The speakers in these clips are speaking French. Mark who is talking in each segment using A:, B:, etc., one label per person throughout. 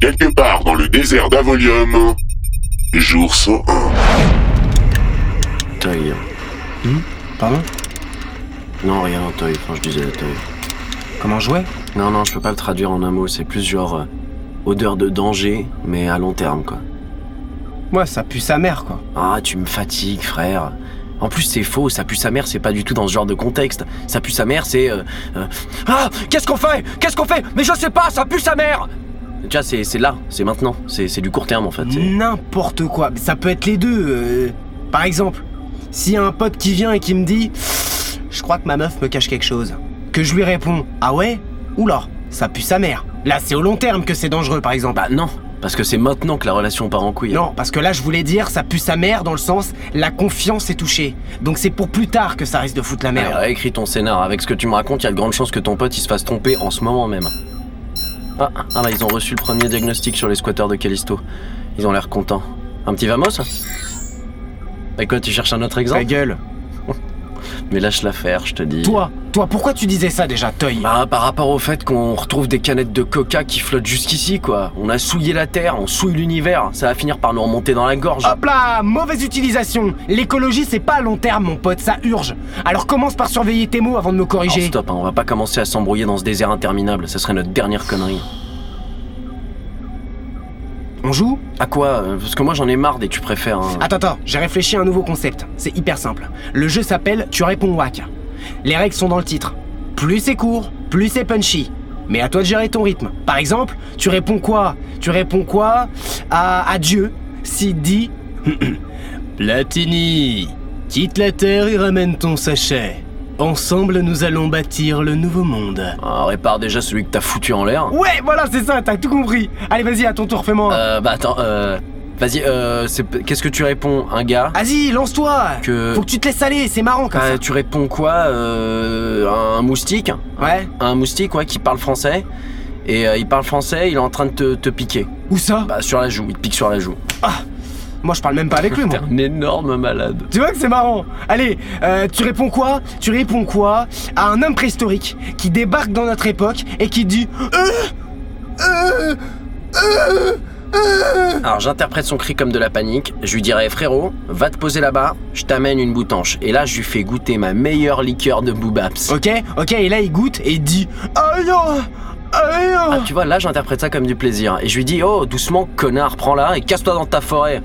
A: Quelque part dans le désert d'Avolium, jour 101.
B: Toy.
C: Pardon
B: Non, rien, Toy. Enfin, je disais Toy.
C: Comment jouer
B: Non, non, je peux pas le traduire en un mot. C'est plus genre euh, odeur de danger, mais à long terme, quoi.
C: Moi, ça pue sa mère, quoi.
B: Ah, tu me fatigues, frère. En plus, c'est faux. Ça pue sa mère, c'est pas du tout dans ce genre de contexte. Ça pue sa mère, c'est. euh, euh, Ah Qu'est-ce qu'on fait Qu'est-ce qu'on fait Mais je sais pas, ça pue sa mère Tu vois, c'est c'est là, c'est maintenant. C'est c'est du court terme, en fait.
C: Mmh.
B: c'est-
C: N'importe quoi. Mais Ça peut être les deux. euh. Par exemple, s'il y a un pote qui vient et qui me dit Je crois que ma meuf me cache quelque chose. Que je lui réponds Ah ouais Oula, ça pue sa mère. Là, c'est au long terme que c'est dangereux, par exemple.
B: Bah, non. Parce que c'est maintenant que la relation part en couille.
C: Non, parce que là, je voulais dire ça pue sa mère dans le sens la confiance est touchée. Donc c'est pour plus tard que ça risque de foutre la merde.
B: Alors, euh, écris ton scénar. Avec ce que tu me racontes, il y a de grandes chances que ton pote il se fasse tromper en ce moment même. Ah, ah bah ils ont reçu le premier diagnostic sur les squatteurs de Callisto. Ils ont l'air contents. Un petit vamos Et quoi, tu cherches un autre exemple
C: gueule.
B: Mais lâche-la faire, je te dis.
C: Toi, toi, pourquoi tu disais ça déjà, Toy
B: Bah, par rapport au fait qu'on retrouve des canettes de coca qui flottent jusqu'ici, quoi. On a souillé la Terre, on souille l'univers, ça va finir par nous remonter dans la gorge.
C: Hop là Mauvaise utilisation L'écologie, c'est pas à long terme, mon pote, ça urge. Alors commence par surveiller tes mots avant de me
B: Alors,
C: corriger.
B: stop, hein, on va pas commencer à s'embrouiller dans ce désert interminable, ça serait notre dernière connerie.
C: On joue
B: À quoi euh, Parce que moi j'en ai marre des tu préfères. hein.
C: Attends, attends, j'ai réfléchi à un nouveau concept. C'est hyper simple. Le jeu s'appelle Tu réponds whack. Les règles sont dans le titre. Plus c'est court, plus c'est punchy. Mais à toi de gérer ton rythme. Par exemple, tu réponds quoi Tu réponds quoi à, à Dieu s'il te dit Platini, quitte la terre et ramène ton sachet. Ensemble, nous allons bâtir le nouveau monde.
B: Ah, répare déjà celui que t'as foutu en l'air.
C: Ouais, voilà, c'est ça, t'as tout compris. Allez, vas-y, à ton tour, fais-moi. un.
B: Euh, bah attends, euh. Vas-y, euh. c'est- Qu'est-ce que tu réponds, un gars
C: Vas-y, lance-toi.
B: Que-
C: Faut que tu te laisses aller, c'est marrant comme
B: Euh, Tu réponds quoi euh, Un moustique
C: ça. Ouais.
B: Un moustique, ouais, qui parle français. Et euh, il parle français, il est en train de te, te piquer.
C: Où ça
B: Bah, sur la joue, il te pique sur la joue.
C: Moi, je parle même pas avec lui,
B: T'es
C: moi.
B: un énorme malade.
C: Tu vois que c'est marrant. Allez, euh, tu réponds quoi Tu réponds quoi à un homme préhistorique qui débarque dans notre époque et qui dit euh,
B: Alors j'interprète son cri comme de la panique. Je lui dirais frérot, va te poser là-bas, je t'amène une boutanche. Et là je lui fais goûter ma meilleure liqueur de boobaps.
C: "Ok, ok." Et là, il goûte et il dit "Ah non, ah
B: Ah,
C: non."
B: tu vois, là j'interprète ça comme du plaisir. Et je lui dis oh doucement connard, prends-la et casse-toi dans ta forêt.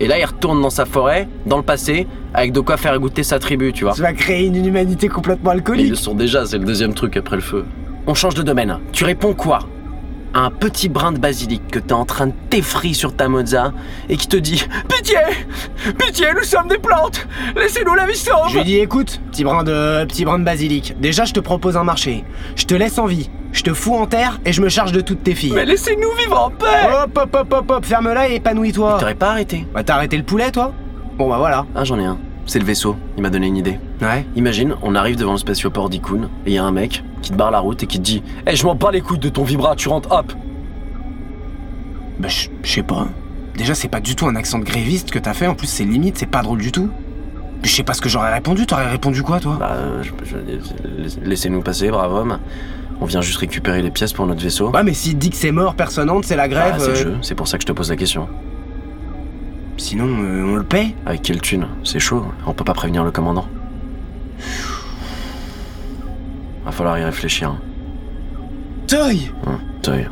B: Et là il retourne dans sa forêt, dans le passé, avec de quoi faire goûter sa tribu, tu vois.
C: Tu vas créer une humanité complètement
B: Mais ils le
C: alcoolique.
B: sont déjà, c'est le deuxième truc après le feu. On change de domaine. Tu réponds quoi À un petit brin de basilic que t'es en train de t'effriter sur ta mozza et qui te dit Pitié Pitié, nous sommes des plantes Laissez-nous la vie sauve
C: Je lui dis "Écoute, petit brin de petit brin de basilic. Déjà, je te propose un marché. Je te laisse en vie. Je te fous en terre et je me charge de toutes tes filles."
B: Mais laissez-nous vivre en paix
C: Hop, hop, hop, hop, hop, ferme-la et épanouis-toi.
B: T'aurais pas arrêté
C: Bah, t'as arrêté le poulet, toi Bon, bah voilà.
B: Ah, j'en ai un. C'est le vaisseau. Il m'a donné une idée.
C: Ouais.
B: Imagine, on arrive devant le spatioport d'Ikun et il y a un mec qui te barre la route et qui te dit Eh, je m'en bats les couilles de ton vibra, tu rentres, hop
C: Bah, je je sais pas. Déjà, c'est pas du tout un accent de gréviste que t'as fait. En plus, c'est limite, c'est pas drôle du tout. Puis, je sais pas ce que j'aurais répondu. T'aurais répondu quoi, toi
B: Bah, euh, je- je- laissez-nous passer, brave homme. On vient juste récupérer les pièces pour notre vaisseau.
C: Ouais, mais s'il dit que c'est mort, personne hante, c'est la grève.
B: Ah, c'est le
C: Bah, euh,
B: jeu, c'est pour ça que je te pose la question.
C: Sinon, euh, on le paie
B: Avec quelle thune C'est chaud, on peut pas prévenir le commandant. Va falloir y réfléchir.
C: Toy
B: Hein, Toy.